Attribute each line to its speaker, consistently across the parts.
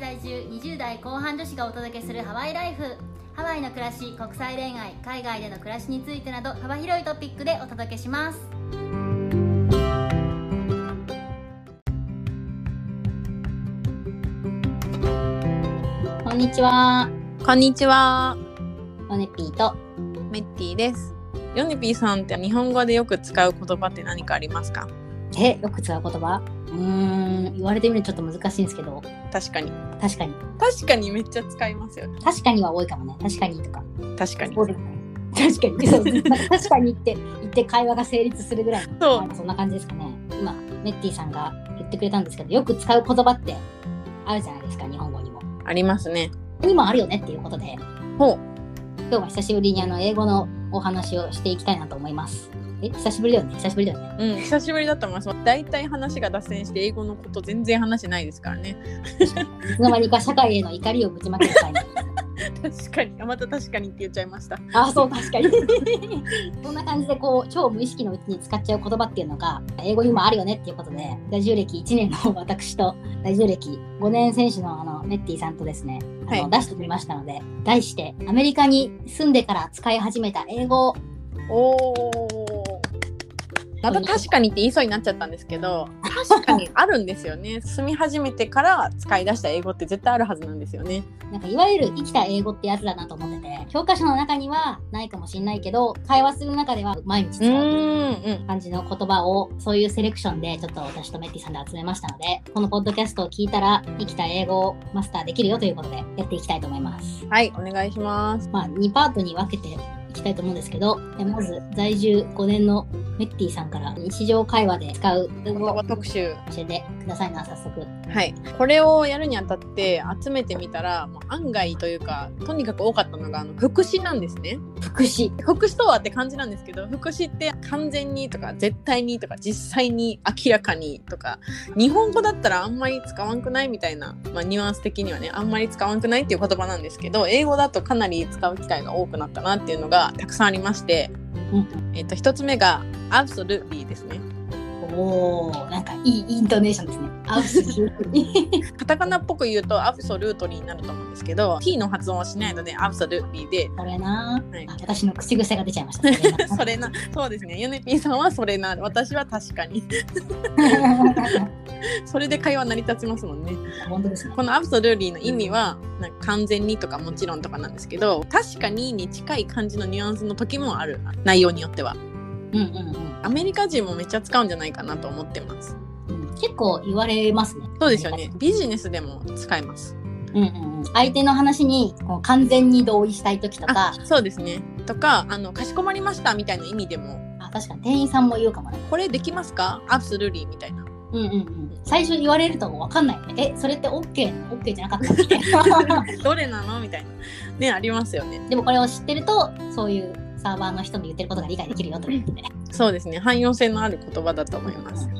Speaker 1: 20代後半女子がお届けするハワイライフハワイの暮らし国際恋愛海外での暮らしについてなど幅広いトピックでお届けしますこんにちは
Speaker 2: こんにちは、
Speaker 1: ヨネピーと
Speaker 2: メッティです。ヨネピーさんって日本語でよく使う言葉って何かありますか
Speaker 1: えよく使う言葉うーん言われてみるとちょっと難しいんですけど
Speaker 2: 確かに。
Speaker 1: 確かに
Speaker 2: 確かにめっちゃ使いますよね。
Speaker 1: 確かには多いかもね確かにとか
Speaker 2: 確かに。
Speaker 1: そうですね確かにそう確かにって言って会話が成立するぐらい
Speaker 2: そう
Speaker 1: そんな感じですかね今メッティさんが言ってくれたんですけどよく使う言葉ってあるじゃないですか日本語にも
Speaker 2: ありますね。
Speaker 1: 今あるよねっていうことで
Speaker 2: ほう。
Speaker 1: 今日は久しぶりにあの英語のお話をしていきたいなと思いますえ久しぶりだよね久しぶりだよね
Speaker 2: うん、久しぶりだと思います。大体話が脱線して英語のこと全然話してないですからね。
Speaker 1: いつの間にか社会への怒りをぶちまける会に
Speaker 2: 確かに。あまた確かにって言っちゃいました。
Speaker 1: ああそう確かに そんな感じでこう超無意識のうちに使っちゃう言葉っていうのが英語にもあるよねっていうことでラジオ歴1年の私とラジオ歴5年選手のあのメッティさんとですねあの、
Speaker 2: はい
Speaker 1: 出してみましたので題してアメリカに住んでから使い始めた英語
Speaker 2: おお。また確かにって言いそうになっちゃったんですけど、確かにあるんですよね。 住み始めてから使い出した英語って絶対あるはずなんですよね。
Speaker 1: なんかいわゆる生きた英語ってやつだなと思ってて教科書の中にはないかもしれないけど会話する中では毎日
Speaker 2: う
Speaker 1: 使
Speaker 2: ー
Speaker 1: う。
Speaker 2: ん、うん。
Speaker 1: 感じの言葉をそういうセレクションでちょっと私とメッティさんで集めましたのでこのポッドキャストを聞いたら生きた英語をマスターできるよということでやっていきたいと思います。
Speaker 2: はい、お願いします。
Speaker 1: まあ、2パートに分けていきたいと思うんですけどえまず在住5年のメッティさんから日常会話で使う英
Speaker 2: 言
Speaker 1: 語を
Speaker 2: 葉
Speaker 1: 教
Speaker 2: 特集。
Speaker 1: えてくださいな早速。
Speaker 2: はい。これをやるにあたって集めてみたら、もう案外というか、とにかく多かったのが、あの、副詞なんですね。
Speaker 1: 福祉
Speaker 2: 副詞とはって感じなんですけど、副詞って完全にとか、絶対にとか、実際に、明らかにとか、日本語だったらあんまり使わんくないみたいな、まあ、ニュアンス的にはね、あんまり使わんくないっていう言葉なんですけど、英語だとかなり使う機会が多くなったなっていうのがたくさんありまして、
Speaker 1: うん
Speaker 2: えっと、一つ目が、absolutely ですね。
Speaker 1: おーなんかいいイントネーションですね。アウス
Speaker 2: カタカナっぽく言うとアブソルートリーになると思うんですけど T の発音はしないのでアブソルーリーで
Speaker 1: それな、
Speaker 2: はい
Speaker 1: あ私の口癖が出ちゃいました。それな
Speaker 2: それなそうですねヨネピーさんはそれな私は確かにそれで会話成り立ちますもんね
Speaker 1: 本当ですね。
Speaker 2: このアブソルーリーの意味はなんか完全にとかもちろんとかなんですけど確かにに近い感じのニュアンスの時もある内容によっては
Speaker 1: うんうん
Speaker 2: アメリカ人もめっちゃ使うんじゃないかなと思ってます
Speaker 1: うんうん。結構言われますね。
Speaker 2: そうですよねビジネスでも使えます
Speaker 1: うんうんうん。相手の話にこう完全に同意したい時と
Speaker 2: あ
Speaker 1: か、
Speaker 2: そうですねとかあのかしこまりましたみたいな意味でも
Speaker 1: あ確かに店員さんも言うかもね。
Speaker 2: これできますかアブソルーリーみたいな
Speaker 1: うんうんうん。最初言われるとわかんないよね。え、それって OK なの ?OK じゃなかったみたい な
Speaker 2: どれなのみたいなねありますよね
Speaker 1: でもこれを知ってると、そういうサーバーの人の言ってることが理解できるよということで。
Speaker 2: そうですね汎用性のある言葉だと思います、
Speaker 1: はい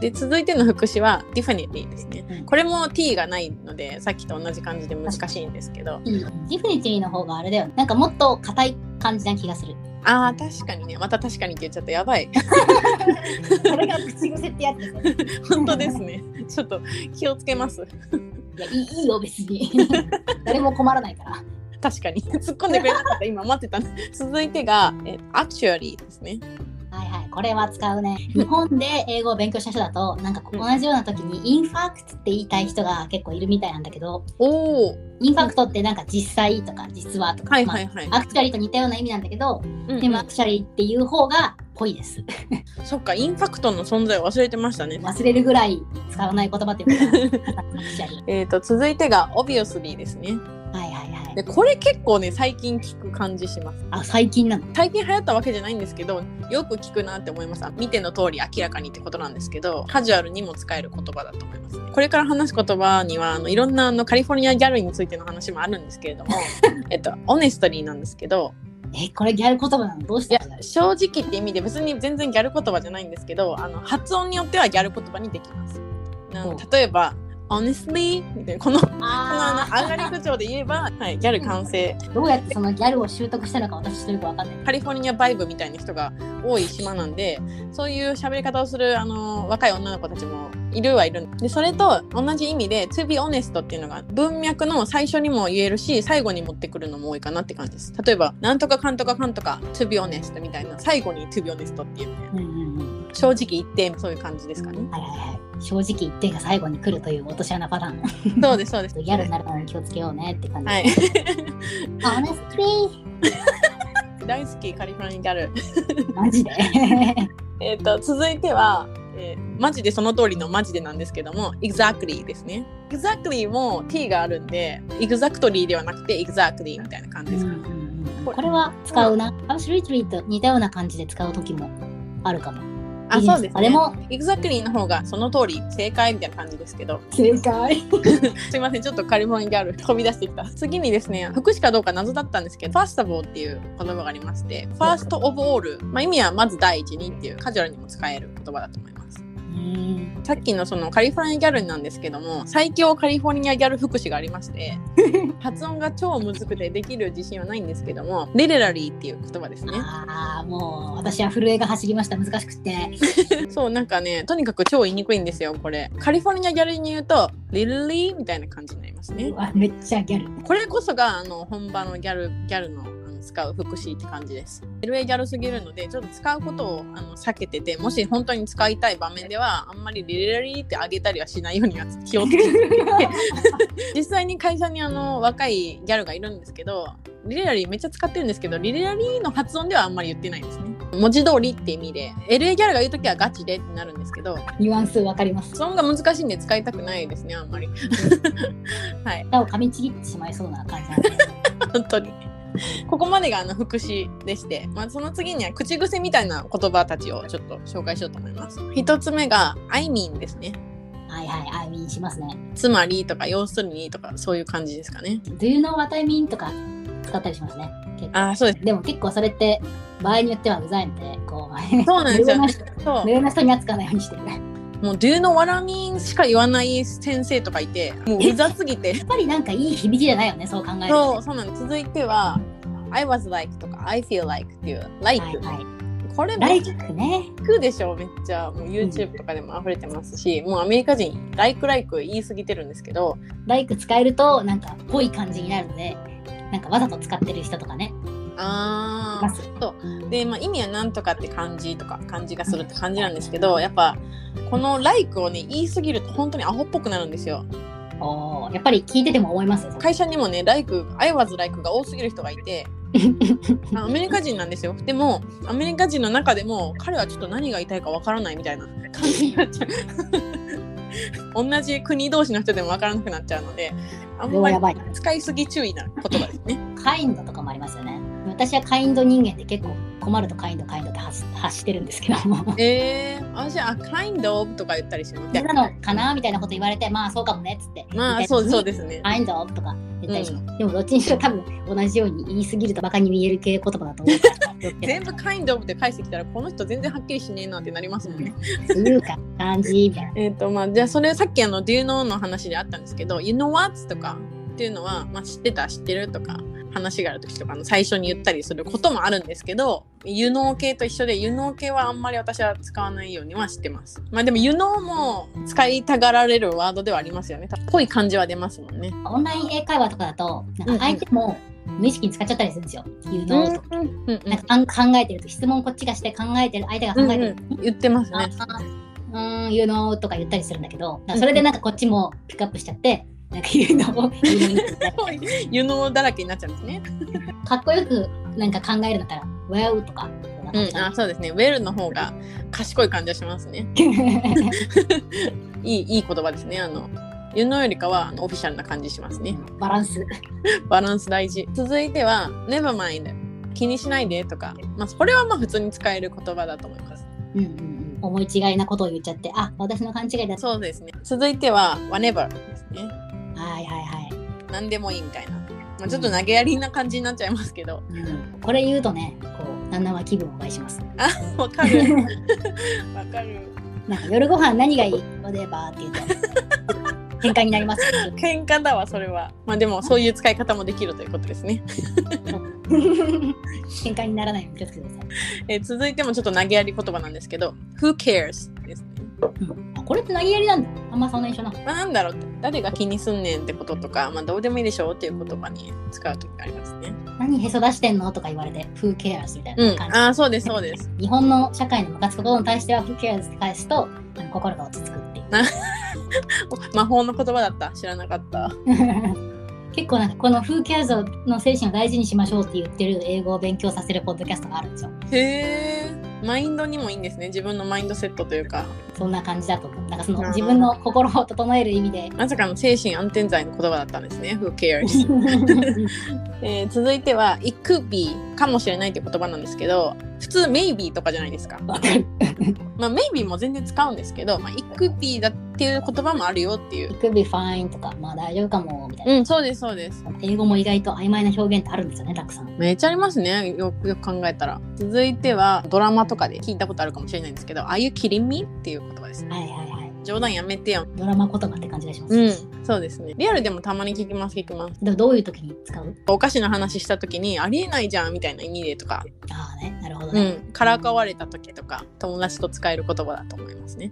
Speaker 2: で続いての副詞は definitely ですね
Speaker 1: うん
Speaker 2: これも t がないのでさっきと同じ感じで難しいんですけど
Speaker 1: いいよディフィニティの方があれだよね。なんかもっと硬い感じな気がする。
Speaker 2: あー確かにねまた確かにって言っちゃったやばい
Speaker 1: それが口癖ってやつです ね。
Speaker 2: 本当ですねちょっと気をつけます
Speaker 1: いや、いいいいよ、別に。 誰も困らないから。
Speaker 2: 確かに突っ込んでくれなかった今待ってた続いてがえ actually ですね
Speaker 1: はいはい、これは使うね。日本で英語を勉強した人だと、なんかこう同じような時に、インファクトって言いたい人が結構いるみたいなんだけど、
Speaker 2: おお
Speaker 1: インファクトってなんか実際とか実はとか、
Speaker 2: はいはいはい、
Speaker 1: まあアクチャリーと似たような意味なんだけど、
Speaker 2: うん
Speaker 1: でもアクチャリーっていう方がぽいです。
Speaker 2: そっかインパクトの存在を忘れてましたね
Speaker 1: 忘れるぐらい使わない言葉っていうのかなアクチャリー。
Speaker 2: えー、と続いてが obviously ですね
Speaker 1: はいはいはい。
Speaker 2: でこれ結構ね最近聞く感じします
Speaker 1: あ、最近なの。
Speaker 2: 最近流行ったわけじゃないんですけどよく聞くなって思いますあ見ての通り明らかにってことなんですけどカジュアルにも使える言葉だと思いますねこれから話す言葉にはあのいろんなあのカリフォルニアギャルについての話もあるんですけ れどもえっとオネストリーなんですけど
Speaker 1: え、これギャル言葉なのどうし
Speaker 2: い
Speaker 1: て
Speaker 2: や正直って意味で別に全然ギャル言葉じゃないんですけどあの発音によってはギャル言葉にできますな
Speaker 1: うん
Speaker 2: 例えば honestly みたいなこのこの
Speaker 1: あ
Speaker 2: あの上がり口調で言えば、はい、ギャル完成
Speaker 1: ーどうやってそのギャルを習得したのか私ちょっとよくわかんない。
Speaker 2: カリフォルニアバイブみたいな人が多い島なんでそういう喋り方をするあの若い女の子たちもいるはいるでそれと同じ意味で「to be honest」っていうのが文脈の最初にも言えるし最後に持ってくるのも多いかなって感じです例えば「なんとかかんとかかんとか to be honest」みたいな最後に「to be honest」っていうね
Speaker 1: うんうんうん。
Speaker 2: 正直言ってそういう感じですかね
Speaker 1: はいはいはい。正直言ってが最後に来るという落とし穴パターン。ち
Speaker 2: そうですそうです
Speaker 1: ょっとギャルになるのに気をつけようねって感じ。
Speaker 2: はい
Speaker 1: Honestly!
Speaker 2: 大好きカリフォルニアギャル
Speaker 1: マジで。
Speaker 2: えー、と続いては、えーマジでその通りのマジでなんですけども exactly ですね exactly も t があるんで exactly ではなくて exactly みたいな感じ
Speaker 1: う
Speaker 2: で
Speaker 1: ん
Speaker 2: す
Speaker 1: う
Speaker 2: か、
Speaker 1: んうんこれは使うな。Absolutely と似たような感じで使う時もあるかも。
Speaker 2: あそうです
Speaker 1: あ
Speaker 2: ね
Speaker 1: れも
Speaker 2: exactly の方がその通り正解みたいな感じですけど
Speaker 1: 正解。
Speaker 2: すいませんちょっとカリフォルニアギャル飛び出してきた次にですね福祉かどうか謎だったんですけどファーストボーっていう言葉がありましてファーストオブオール、まあ、意味はまず第一にっていうカジュアルにも使える言葉だと思います
Speaker 1: うん。
Speaker 2: さっきのそのカリフォルニアギャルなんですけども最強カリフォルニアギャル福祉がありまして 発音が超むずくてできる自信はないんですけどもリレラリーっていう言葉ですね
Speaker 1: ああ、もう私は震えが走りました。難しくて。
Speaker 2: そうなんかねとにかく超言いにくいんですよこれカリフォルニアギャルに言うとリルリーみたいな感じになりますね
Speaker 1: うわめっちゃギャル。
Speaker 2: これこそがあの本場のギャルギャルのあの使う福祉って感じです LA ギャルすぎるのでちょっと使うことをあの避けててもし本当に使いたい場面ではあんまりリレラリーってあげたりはしないようには気をつけて実際に会社にあの若いギャルがいるんですけどリレラリーめっちゃ使ってるんですけどリレラリーの発音ではあんまり言ってないですね文字通りって意味で LA ギャルが言う時はガチでってなるんですけど
Speaker 1: ニュアンスわかります。
Speaker 2: 発音が難しいんで使いたくないですねあんまり はい
Speaker 1: 舌を噛みちぎってしまいそうな感じなんで。
Speaker 2: 本当にここまでがあの副詞でして、まあ、その次には口癖みたいな言葉たちをちょっと紹介しようと思います一つ目が「I mean」ですね
Speaker 1: はいはい、I mean しますね。
Speaker 2: つまりとか要するにとかそういう感じですかね
Speaker 1: Do you know what I mean? とか使ったりしますね。
Speaker 2: ああそうです
Speaker 1: でも結構それって場合によってはうざいので、こう、
Speaker 2: そうなんですよ、ね、そう
Speaker 1: 上の人に扱わないようにしてるね。
Speaker 2: もう「Do you know what I mean?」しか言わない先生とかいてもううざすぎ て
Speaker 1: やっぱりなんかいい響きじゃないよね、そう考えると。
Speaker 2: そうそうなんです続いては「I was like」とか「I feel like」っていう「like
Speaker 1: はい」は
Speaker 2: これ
Speaker 1: い。
Speaker 2: め
Speaker 1: ラ
Speaker 2: っ
Speaker 1: イ
Speaker 2: ち
Speaker 1: キックね。
Speaker 2: ゃ聞くでしょめっちゃもう YouTube とかでも溢れてますし、もうアメリカ人「like like」言い過ぎてるんですけど
Speaker 1: ライク使えるとなんかぽい感じになるので、なんかわざと使ってる人とかね。
Speaker 2: あ
Speaker 1: い
Speaker 2: あ
Speaker 1: ます
Speaker 2: そうで、まあ、意味はなんとかって感じとか感じがするって感じなんですけどやっぱこの「like」をね言い過ぎると本当にアホっぽくなるんですよ
Speaker 1: おーやっぱり聞いてても思いますよ。
Speaker 2: 会社にもね「like」「I was like」が多すぎる人がい てあアメリカ人なんですよでもアメリカ人の中でも彼はちょっと何が言いたいかわからないみたいな 感じになっちゃう同じ国同士の人でもわからなくなっちゃうのであん
Speaker 1: これは
Speaker 2: まり
Speaker 1: やばい。
Speaker 2: 使いすぎ注意な言葉です ね
Speaker 1: カインドとかもありますよね。私はカインド人間で結構困るとカインドカインドって発発してるんですけども。
Speaker 2: えー、私は「kind of」とか言ったりします
Speaker 1: なのかなみたいなこと言われて、まあそうかもねっつって。
Speaker 2: まあそうそうですね
Speaker 1: カインドとか言ったりします。でもどっちにしろ多分同じように言いすぎるとバカに見える系言葉だと思う から。気をつけて
Speaker 2: 全部「kind of」って返してきたらこの人全然はっきりしねえなってなりますもんね。
Speaker 1: っていうか感じみたいな。
Speaker 2: えっとまあじゃあそれさっきあの「Do you know」の話であったんですけど「You know what?」とかっていうのは、まあ、知ってた知ってるとか話がある時とかの最初に言ったりすることもあるんですけど「You know」系と一緒で「You know」系はあんまり私は使わないようにはしてます。まあでも「You know」も使いたがられるワードではありますよね。っぽい感じは出ますもんね。
Speaker 1: オンライン英会話とかだと、なん
Speaker 2: うんう
Speaker 1: か
Speaker 2: ん
Speaker 1: 相手も無意識に使っちゃったりするんですよ。言うのとか。
Speaker 2: うんうんうん
Speaker 1: なんかあん考えてると質問こっちがして考えてる相手が考えてる
Speaker 2: うんうん言ってますね。
Speaker 1: あうーん、言うのとか言ったりするんだけど、だからそれでなんかこっちもピックアップしちゃって、なんか言うのを言うのに
Speaker 2: You know だらけになっちゃうんですね。
Speaker 1: かっこよくなんか考えるんだったら、well とか、なん
Speaker 2: うん、
Speaker 1: か
Speaker 2: あそうですね。ウェルの方が賢い感じがしますね。いいいい言葉ですね。あの、ユノよりかはあのオフィシャルな感じしますね。
Speaker 1: バランス。
Speaker 2: バランス大事。続いては、never mind。気にしないでとか、まあ、これはまあ普通に使える言葉だと思います。
Speaker 1: うんうんうん、思い違いなことを言っちゃって、あ、私の勘違いだ。
Speaker 2: そうですね。続いては、whenever ですね。
Speaker 1: はいはいはい。
Speaker 2: 何でもいいみたいな。まあ、ちょっと投げやりな感じになっちゃいますけど、
Speaker 1: うんこれ言うとね、こう、旦那は気分を害します。
Speaker 2: わかる。わかる。
Speaker 1: なんか夜ご飯何がいいのでばーって言うと、 喧嘩になります。
Speaker 2: 喧嘩だわ、それは。まあでも、そういう使い方もできるということですね。
Speaker 1: 喧嘩にならないように気をつけてください。
Speaker 2: えー続いてもちょっと投げやり言葉なんですけど「Who cares?」ですね。
Speaker 1: うんあこれって投げやりなんだ。あんまそんな一緒なの。
Speaker 2: まあ、なんだろうって誰が気にすんねんってこととか、まあ、どうでもいいでしょうっていう言葉に使う時がありますね。、
Speaker 1: 何へそ出してんのとか言われて、フーケアーズみたいうなん感じ。
Speaker 2: ああそうですそうです。
Speaker 1: 日本の社会のムカつくことに対しては、フーケアーズって返すと、あの心が落ち着くっていう。
Speaker 2: お魔法の言葉だった知らなかった。
Speaker 1: 結構なんかこの「フーケアズの精神を大事にしましょう」って言ってる英語を勉強させるポッドキャストがあるんですよ。
Speaker 2: へえマインドにもいいんですね自分のマインドセットというか
Speaker 1: そんな感じだと思う。なんかその
Speaker 2: なるほ
Speaker 1: 自
Speaker 2: ど
Speaker 1: 分の心を整える意味で。
Speaker 2: まさかの精神安定剤の言葉だったんですね Who cares、えー続いては It could be かもしれないっていう言葉なんですけど普通 Maybe とかじゃない ですか
Speaker 1: わかる。
Speaker 2: まあ Maybe も全然使うんですけど、まあ、It could be だっていう言葉もあるよっていう
Speaker 1: 「could be fine」とか「まあ大丈夫かも」みたいな。
Speaker 2: うんそうですそうです
Speaker 1: 英語も意外と曖昧な表現ってあるんですよね、たくさん。
Speaker 2: めっちゃありますねよくよく考えたら続いてはドラマとかで聞いたことあるかもしれないんですけど「Are you kidding me?」っていう言葉ですね
Speaker 1: はいはいはい。
Speaker 2: 冗談やめてよ
Speaker 1: ドラマ言葉って感じがします。
Speaker 2: うんそうですねリアルでもたまに聞きます聞きます
Speaker 1: でもどういう時に使う
Speaker 2: おかしな話した時にありえないじゃんみたいな意味でとか、
Speaker 1: ああね、なるほど
Speaker 2: う
Speaker 1: ね。
Speaker 2: ん、からかわれた時とか友達と使える言葉だと思いますね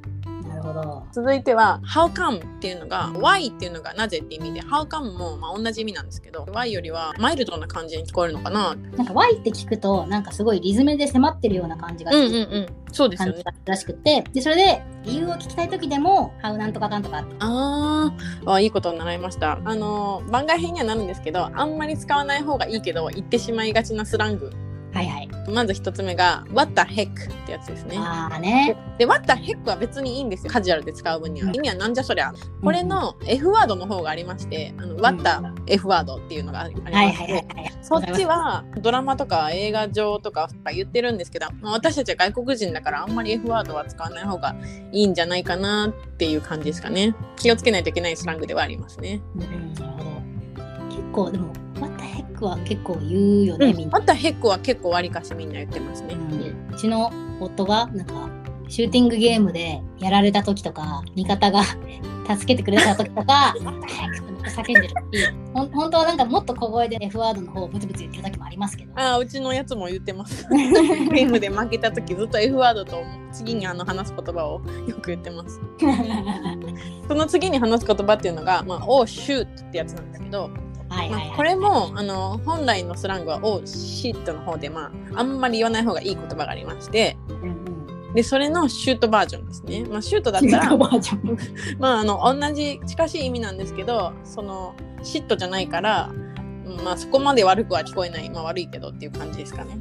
Speaker 1: なるほど。
Speaker 2: 続いては「how come」っていうのが「why」っていうのが「なぜ」って意味で「how come」もまあ同じ意味なんですけど「why」よりはマイルドな感じに聞こえるのかなうん
Speaker 1: なんか Y って聞くと、なんかすごいリズムで迫ってるような感じが
Speaker 2: うん
Speaker 1: す
Speaker 2: う
Speaker 1: る。
Speaker 2: んそうです
Speaker 1: 感
Speaker 2: よ
Speaker 1: じ
Speaker 2: ね
Speaker 1: だったらしくて、でそれで理由を聞きたい時でも「買うなんとかかんとか」
Speaker 2: あーあいいことを習いましたあの番外編にはなるんですけどあんまり使わない方がいいけど言ってしまいがちなスラング
Speaker 1: はいはい、
Speaker 2: まず一つ目が「what the heck」ってやつですね
Speaker 1: ああね
Speaker 2: で、What the heck は別にいいんですよ。カジュアルで使う分には。意味はなんじゃそりゃ。これの F ワードの方がありまして、あの、What the F ワードっていうのがありまして、
Speaker 1: はいはいはいはい
Speaker 2: そっちはドラマとか映画上とか言ってるんですけど、まあ私たちは外国人だからあんまり F ワードは使わない方がいいんじゃないかなっていう感じですかね。気をつけないといけないスラングではありますね。
Speaker 1: うんなるほど結構でも「What the heck」は結構言うよね、みんな、
Speaker 2: What the heck は結構わりかしみんな言ってますね。
Speaker 1: うんうちの夫がなんかシューティングゲームでやられた時とか味方が 助けてくれた時と か「What the heck」ってめっちゃ叫んでるしほん本当はなんかもっと小声で F ワードの方をブツブツ言ってる時もありますけど
Speaker 2: ああうちのやつも言ってます。 ゲームで負けた時ずっと F ワードと次にあの話す言葉をよく言ってます。
Speaker 1: は
Speaker 2: その次に話す言葉っていうのが「まあ、Oh shoot」ってやつなんですけど、
Speaker 1: い
Speaker 2: ま
Speaker 1: はい、
Speaker 2: あ
Speaker 1: はい、
Speaker 2: これもあの本来のスラングは「Oh shit」の方で、まあ、あんまり言わない方がいい言葉がありまして
Speaker 1: うんうん
Speaker 2: でそれの「シュートバージョンですね。まあ、シュートだっ
Speaker 1: シュ
Speaker 2: た
Speaker 1: ート
Speaker 2: ら、
Speaker 1: バージョン
Speaker 2: まあ、あの同じ近しい意味なんですけどその「シット」じゃないから、うんまあ、そこまで悪くは聞こえない、まあ、悪いけどっていう感じですかね。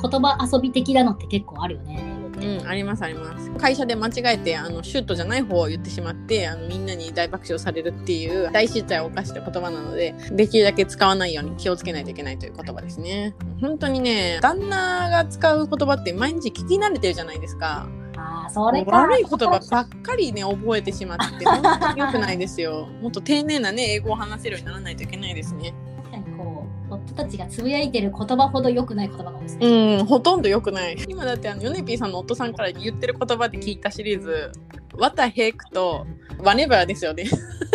Speaker 1: 言葉遊び的なのって結構あるよね。英語って
Speaker 2: うん、ありますあります会社で間違えてあのシュートじゃない方を言ってしまってあのみんなに大爆笑されるっていう大失態を犯した言葉なのでできるだけ使わないように気をつけないといけないという言葉ですね本当にね旦那が使う言葉って毎日聞き慣れてるじゃないですか
Speaker 1: ああ、それか。
Speaker 2: 悪い言葉ばっかりね覚えてしまって本当に良くないですよもっと丁寧なね英語を話せるようにならないといけないですね
Speaker 1: 確かにこう、夫たちがつぶやいてる言葉ほど良くない言葉が多いですね。
Speaker 2: うん、ほとんど良くない。今だってあのヨネピーさんの夫さんから言ってる言葉で聞いたシリーズ、ワタヘクとワネバーですよね。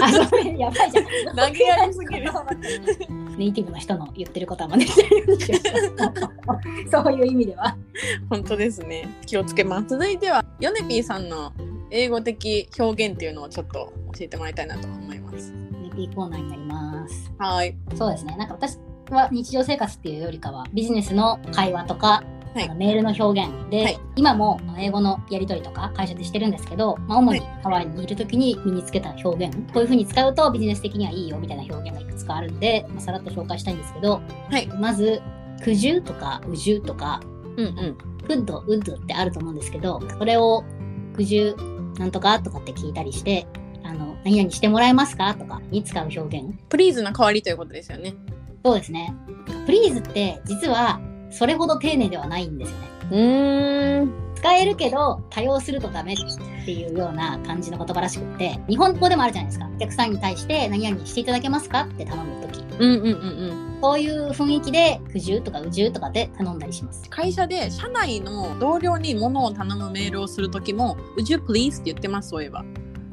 Speaker 1: あ、それやばいじゃん。
Speaker 2: 投げやりすぎる。
Speaker 1: ネイティブの人の言ってることは真似してるんですよ。そういう意味では。
Speaker 2: 本当ですね。気をつけます。続いてはヨネピーさんの英語的表現っていうのをちょっと教えてもらいたいなと思います。
Speaker 1: ネイティブコーナーになります。
Speaker 2: はい。
Speaker 1: そうですね。なんか私は日常生活っていうよりかは、ビジネスの会話とか、
Speaker 2: はい
Speaker 1: あのメールの表現で、
Speaker 2: はい
Speaker 1: 今も英語のやり取りとか会社でしてるんですけど、まあ、主にハワイにいる時に身につけた表現、こういう風に使うとビジネス的にはいいよみたいな表現がいくつかあるんで、まあ、さらっと紹介したいんですけど、
Speaker 2: はい
Speaker 1: まず、苦渋とか、うじゅとか、
Speaker 2: うんうん。
Speaker 1: グッド、ウッドってあると思うんですけど、それを苦渋なんとかとかって聞いたりして、あの、何々してもらえますかとかに使う表現
Speaker 2: プリーズの代わりということですよね。
Speaker 1: そうですね。プリーズって実はそれほど丁寧ではないんですよね。
Speaker 2: うーん。
Speaker 1: 使えるけど多用するとダメっていうような感じの言葉らしくって日本語でもあるじゃないですかお客さんに対して何々していただけますかって頼む時
Speaker 2: うんうんうんうん。
Speaker 1: そういう雰囲気で苦渋とかうじゅうとかで頼んだりします
Speaker 2: 会社で社内の同僚に物を頼むメールをするときも、Would you please? って言ってます、そういえば。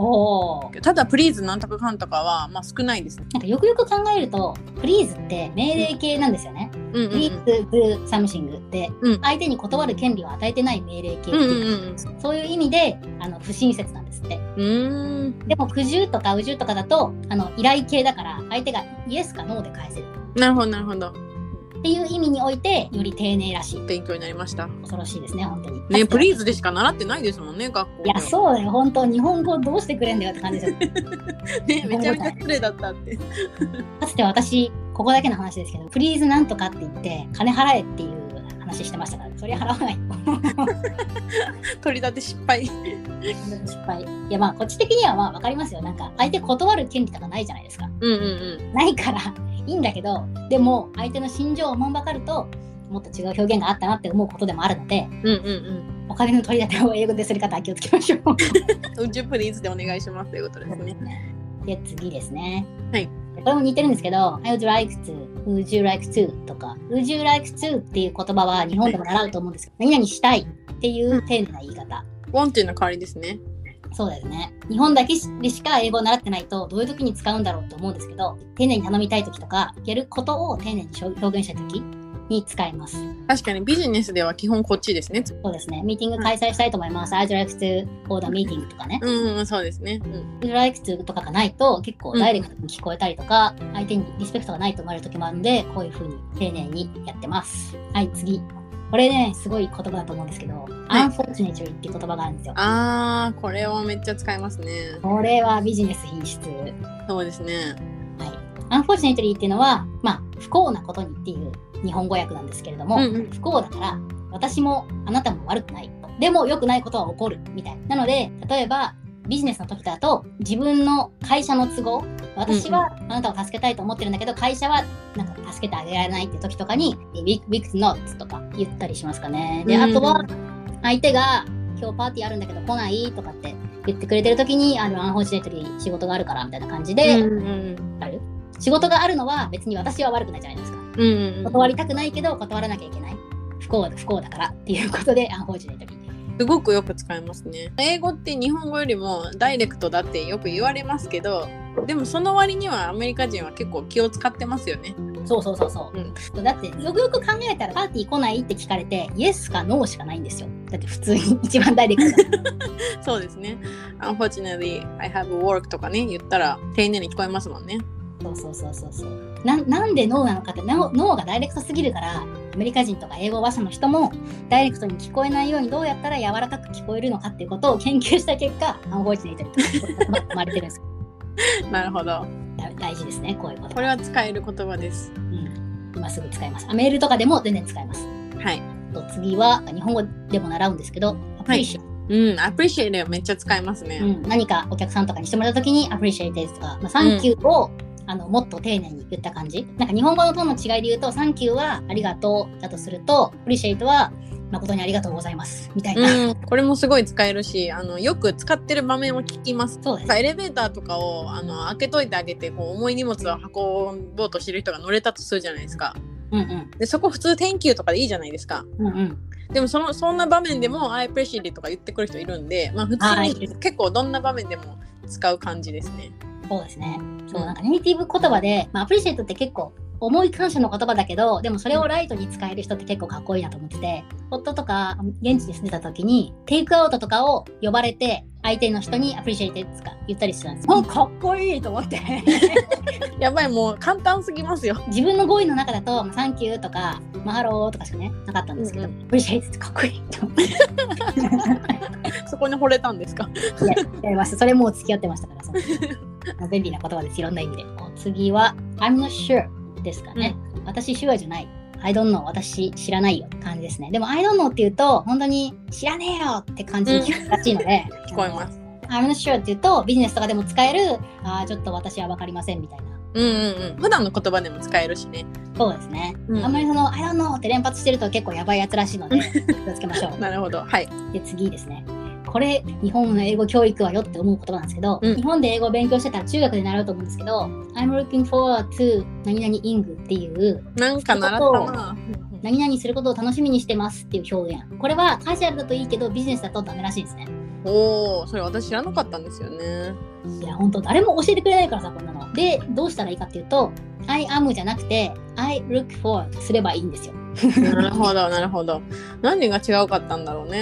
Speaker 1: おお
Speaker 2: ただプリーズなんとかかんとかはまあ少ないですね。
Speaker 1: なんかよくよく考えるとプリーズって命令形なんですよね
Speaker 2: うんうん
Speaker 1: please do something って、
Speaker 2: うん
Speaker 1: 相手に断る権利を与えてない命令形って
Speaker 2: うん
Speaker 1: いうかそういう意味であの不親切なんですって
Speaker 2: うんうんう
Speaker 1: でも苦渋とかうじゅうとかだとあの依頼系だから相手がイエスかノーで返せる
Speaker 2: ーんなるほどなるほど
Speaker 1: っていう意味においてより丁寧らしい
Speaker 2: 勉強になりました
Speaker 1: 恐ろしいですね本当に
Speaker 2: ねプリーズ
Speaker 1: で
Speaker 2: でしか習ってないですもんね学校
Speaker 1: い
Speaker 2: で
Speaker 1: やそうだよ本当日本語どうしてくれんだよって感じ ですよ
Speaker 2: ねめちゃめちゃ失礼だったって
Speaker 1: かつて私ここだけの話ですけどプリーズなんとかって言って金払えっていう話してましたからそりゃ払わ ない
Speaker 2: 取り立て失敗
Speaker 1: 失敗いやまあこっち的にはまあ分かりますよなんか相手断る権利とかないじゃないですか
Speaker 2: うんうん
Speaker 1: ないからいいんだけどでも相手の心情をおもんばかるともっと違う表現があったなって思うことでもあるので
Speaker 2: うんうんうん
Speaker 1: お金の取り立てを英語でする方は気をつけましょ う。
Speaker 2: うん宇宙プリーズでお願いしますということですね
Speaker 1: で次ですね。
Speaker 2: はい。
Speaker 1: これも似てるんですけど、I would like to, would you like to とか、would you like to っていう言葉は日本でも習うと思うんですけど、何々したいっていう丁寧な言い方。
Speaker 2: ワンティの代わりですね
Speaker 1: そうですね。日本だけでしか英語を習ってないと、どういう時に使うんだろうと思うんですけど、丁寧に頼みたい時とか、やることを丁寧に表現したい時に使います。
Speaker 2: 確かにビジネスでは基本こっちですね
Speaker 1: そうですね。ミーティング開催したいと思います。I'd like to order meeting とかね。
Speaker 2: うんうんそうですねうん
Speaker 1: ブライクツとかがないと結構ダイレクトに聞こえたりとか、相手にリスペクトがないと思われる時もあるのでこういう風に丁寧にやってますはい次これねすごい言葉だと思うんですけど、unfortunately っていう言葉があるんですよ
Speaker 2: あーこれはめっちゃ使いますね
Speaker 1: これはビジネス品質
Speaker 2: そうですね
Speaker 1: unfortunately っていうのはまあ不幸なことにっていう日本語訳なんですけれども、
Speaker 2: うんうん
Speaker 1: 不幸だから私もあなたも悪くないでも良くないことは起こるみたいななので例えばビジネスの時だと自分の会社の都合私はあなたを助けたいと思ってるんだけど、会社はなんか助けてあげられないって時とかに「We we could not」とか言ったりしますかね。で
Speaker 2: うん
Speaker 1: あとは相手が「今日パーティーあるんだけど来ない?」とかって言ってくれてる時に「あのアンフォーチュネトリー仕事があるから」みたいな感じで、
Speaker 2: うんうん
Speaker 1: ある仕事があるのは別に私は悪くないじゃないですか。
Speaker 2: うんうんうん
Speaker 1: 断りたくないけど断らなきゃいけない不幸不幸だからっていうことでアンフォージュネトリー
Speaker 2: すごくよく使いますね。英語って日本語よりもダイレクトだってよく言われますけど、でもその割にはアメリカ人は結構気を使ってますよね。
Speaker 1: そうそうそうそう、だってよくよく考えたらパーティー来ないって聞かれてイエスかノーしかないんですよだって普通に 一番ダイレクトな
Speaker 2: そうですね。Unfortunately, I have work とかね、言ったら丁寧に聞こえますもんね。
Speaker 1: そうそうそうそうそうななんでノーなのかってノーノーがダイレクトすぎるからアメリカ人とか英語話者の人もダイレクトに聞こえないようにどうやったら柔らかく聞こえるのかっていうことを研究した結果アンフォージュネトリーという言葉が 生まれてるんですよ
Speaker 2: なるほど。
Speaker 1: だ大事ですねこういうこと
Speaker 2: これは使える言葉です。
Speaker 1: うん、今すぐ使いますあメールとかでも全然使います
Speaker 2: はい。
Speaker 1: と次は日本語でも習うんですけど、アプリシェ、
Speaker 2: うん、appreciate めっちゃ使います
Speaker 1: う
Speaker 2: ね。
Speaker 1: ん、何かお客さんとかにしてもらった時に、アプリシェイテとか、まあ、サンキューを、あのもっと丁寧に言った感じ。なんか日本語のトーンの違いで言うと、サンキューはありがとうだとすると、アプリシェイトは誠にありがとうございますみたいな。
Speaker 2: うん、これもすごい使えるし、あのよく使ってる場面を聞きます。
Speaker 1: そうで
Speaker 2: なん
Speaker 1: す
Speaker 2: か。エレベーターとかをあの開けといてあげてこう重い荷物を運ぼうとしてる人が乗れたとするじゃないですか
Speaker 1: うんうん。
Speaker 2: でそこ普通「Thank you」とかでいいじゃないですか
Speaker 1: うんうん。
Speaker 2: でもそのそんな場面でも「I appreciate it」とか言ってくる人いるんで、まあ、普通
Speaker 1: はい
Speaker 2: に結構どんな場面でも使う感じですね。
Speaker 1: そうですね。そう、なんかネイティブ言葉で、まあ、アプリシェイトって結構、重い感謝の言葉だけど、でもそれをライトに使える人って結構かっこいいなと思ってて、夫とか現地に住んでた時に、テイクアウトとかを呼ばれて、相手の人にアプリシェイテとか言ったりしてたんですよ。かっこいいと思って。
Speaker 2: やばいもう簡単すぎますよ。
Speaker 1: 自分の語彙の中だと、まあサンキューとか、まあ、ハローとかしかね、なかったんですけど、
Speaker 2: う
Speaker 1: アプリシェイテってかっこいいと思っ
Speaker 2: そこに惚れたんですか。
Speaker 1: てやりました。それもう付き合ってましたから、 そのまあ便利な言葉です。いろんな意味で。お次は、I'm not sure ですかね。私、シュアじゃない。I don't know 私知らないよって感じですね。でも I don't know って言うと本当に知らねえよって感じに聞こえるらしいので、
Speaker 2: 聞こえます。
Speaker 1: I'm not sure って言うとビジネスとかでも使えるあーちょっと私は分かりませんみたいな。
Speaker 2: うんうんうん。普段の言葉でも使えるしね。
Speaker 1: そうですね。
Speaker 2: うん
Speaker 1: あんまりその I don't know って連発してると結構やばいやつらしいの で気をつけましょ
Speaker 2: なるほど。はい。
Speaker 1: う。で次ですね。これ日本の英語教育はよって思う言葉なんですけど、
Speaker 2: うん
Speaker 1: 日本で英語を勉強してたら中学で習うと思うんですけど I'm looking forward to 何々 ing っていう
Speaker 2: なんか習ったな。
Speaker 1: 何々することを楽しみにしてますっていう表現これはカジュアルだといいけどビジネスだとダメらしいですね
Speaker 2: おお、それ私知らなかったんですよね。
Speaker 1: いや、本当誰も教えてくれないからさ、こんなの。で、どうしたらいいかっていうと、I am じゃなくて、I look for すればいいんですよ。
Speaker 2: なるほどなるほど何が違うかったんだろうね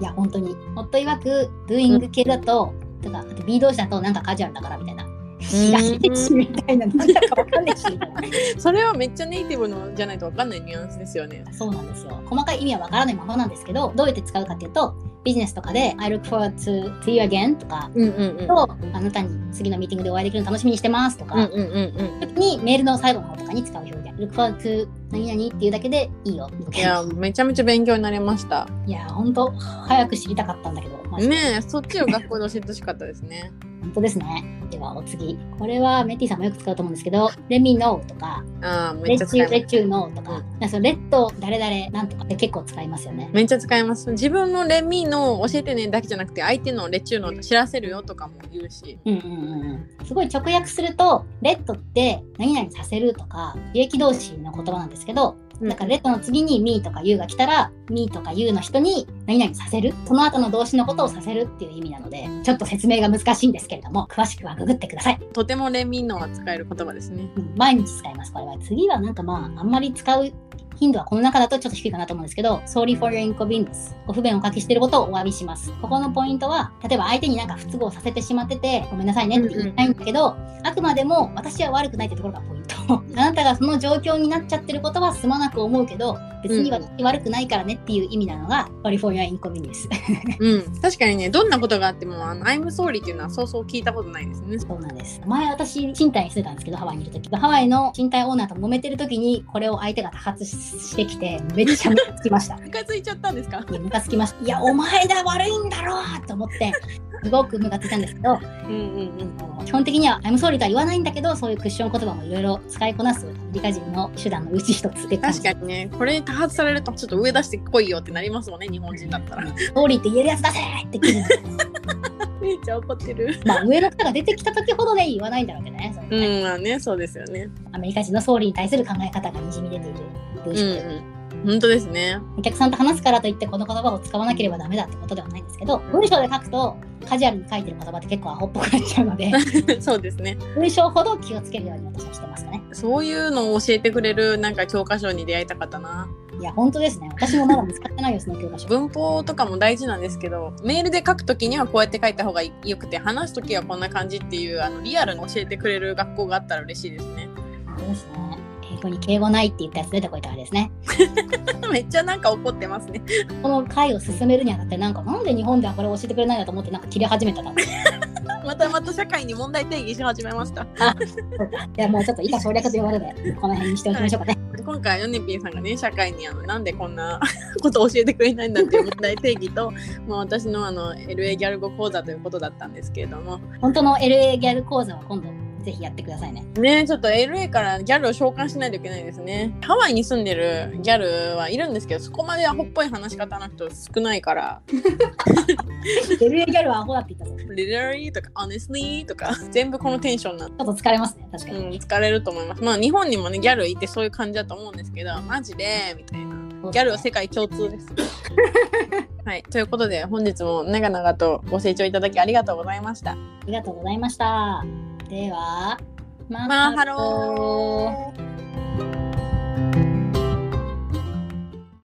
Speaker 1: いや、本当に。夫曰く、doing 系だと、とか、あと B 同士だとなんかカジュアルだからみたいな。知らねえし、みたいな。なんだかわかんないし、みたいな。
Speaker 2: それはめっちゃネイティブのじゃないと分かんないニュアンスですよね
Speaker 1: そうなんですよ。細かい意味はわからないままなんですけど、どうやって使うかっていうと、ビジネスとかで、I look forward to, to you again とか、
Speaker 2: うんうんうん
Speaker 1: と、あなたに次のミーティングでお会いできるの楽しみにしてますとか、
Speaker 2: うんうんうん
Speaker 1: 時にメールの最後の方とかに使う表現。look forward to 何々っていうだけでいいよ。み
Speaker 2: い
Speaker 1: たいな
Speaker 2: やめちゃめちゃ勉強になりました
Speaker 1: いや、ほんと、早く知りたかったんだけど、マジで
Speaker 2: ねえそっちを学校で教えてほしかったですね
Speaker 1: 本当ですね。では、お次。これはメッティさんもよく使うと思うんですけど、let me know とか、
Speaker 2: ああめっ
Speaker 1: let
Speaker 2: ちゃ使
Speaker 1: you,
Speaker 2: います
Speaker 1: let you know と
Speaker 2: う
Speaker 1: か、なんかそのレッド誰々なんとかって結構使いますよね。
Speaker 2: めっちゃ使います自分のレミの教えてねだけじゃなくて相手のレチューの知らせるよとかも言うし
Speaker 1: うんうんうんうん、すごい直訳すると、レッドって何々させるとか、利益同士の言葉なんですけど、だからレッドの次に me とか you が来たら、me とか you の人に何々させる、その後の動詞のことをさせるっていう意味なので、ちょっと説明が難しいんですけれども、詳しくはググってください。
Speaker 2: とてもレミのは使える言葉ですね
Speaker 1: うん毎日使います、これは。次はなんかまあ、あんまり使う頻度はこの中だとちょっと低いかなと思うんですけど、sorry for your inconvenience。ご不便をおかけしていることをお詫びします。ここのポイントは、例えば相手になんか不都合させてしまってて、ごめんなさいねって言いたいんだけど、あくまでも私は悪くないってところがポイント。あなたがその状況になっちゃってることはすまなく思うけど、別に私悪くないからねっていう意味なのが、sorry for your inconvenience。
Speaker 2: うん確かにねどんなことがあっても「あの I'm sorry」っていうのはそうそう聞いたことないですね
Speaker 1: そうなんです。前私、賃貸にしてたんですけど、ハワイにいるとき。ハワイの賃貸オーナーと揉めてるときに、これを相手が多発してきて、めっちゃムカつき ました。い
Speaker 2: ムカついちゃったんですか、
Speaker 1: や、ムカつきました。いや、お前が悪いんだろうと思って、すごくムカついたんですけど、
Speaker 2: うんうんうん、
Speaker 1: 基本的には、I'm sorry とは言わないんだけど、そういうクッション言葉もいろいろ使いこなすアメリカ人の手段のうち一つで
Speaker 2: 確かにねこれ多発されるとちょっと上出してこいよってなりますもんね日本人だったら
Speaker 1: sorry って言えるやつだぜって気分。
Speaker 2: めっちゃ怒ってる
Speaker 1: まあ、上の方が出てきたときほどね、言わないんだろうけどね。その
Speaker 2: うんまあねそうですよね
Speaker 1: アメリカ人の sorry に対する考え方がにじみ出ている
Speaker 2: う
Speaker 1: 文
Speaker 2: ん
Speaker 1: 章
Speaker 2: うん本当ですね
Speaker 1: お客さんと話すからといってこの言葉を使わなければダメだってことではないんですけど文章で書くとカジュアルに書いてる言葉って結構アホっぽくなっちゃうの で
Speaker 2: そうですね
Speaker 1: 文章ほど気をつけるように私はしてますかね
Speaker 2: そういうのを教えてくれるなんか教科書に出会いたかったない
Speaker 1: や本当ですね私もまだ見つかってないよその教科書
Speaker 2: 文法とかも大事なんですけどメールで書くときにはこうやって書いた方がよくて話すときはこんな感じっていうあのリアルに教えてくれる学校があったら嬉しいですね
Speaker 1: 本当ですね英語に敬語ないって言ったやつ出てこいたからですね
Speaker 2: めっちゃなんか怒ってますね
Speaker 1: この回を進めるにあたってなんかなんで日本ではこれを教えてくれないんだと思ってなんか切れ始めたから い
Speaker 2: またまた社会に問題定義し始めました
Speaker 1: やもうちょっと以下省略ということでこの辺にしておきましょうかね
Speaker 2: 今回ヨネピーさんがね社会にあのなんでこんな こと教えてくれないんだっていう問題定義とまあ私のあの LA ギャル語講座ということだったんですけれども
Speaker 1: 本当の LA ギャル講座は今度ぜひやってくださいね
Speaker 2: ねちょっと LA からギャルを召喚しないといけないですねハワイに住んでるギャルはいるんですけどそこまでアホっぽい話し方の人少ないから
Speaker 1: LA ギャルはアホだって言ったぞち
Speaker 2: literally とか honestly とか全部このテンションな
Speaker 1: ょっと疲れますね確か
Speaker 2: う
Speaker 1: に、
Speaker 2: ん、疲れると思います。まあ日本にもねギャルいてそういう感じだと思うんですけどマジでみたいなギャルは世界共通です。はい、ということで本日も長々とご清聴いただきありがとうございました。
Speaker 1: ありがとうございました。では、マ
Speaker 2: マーハロー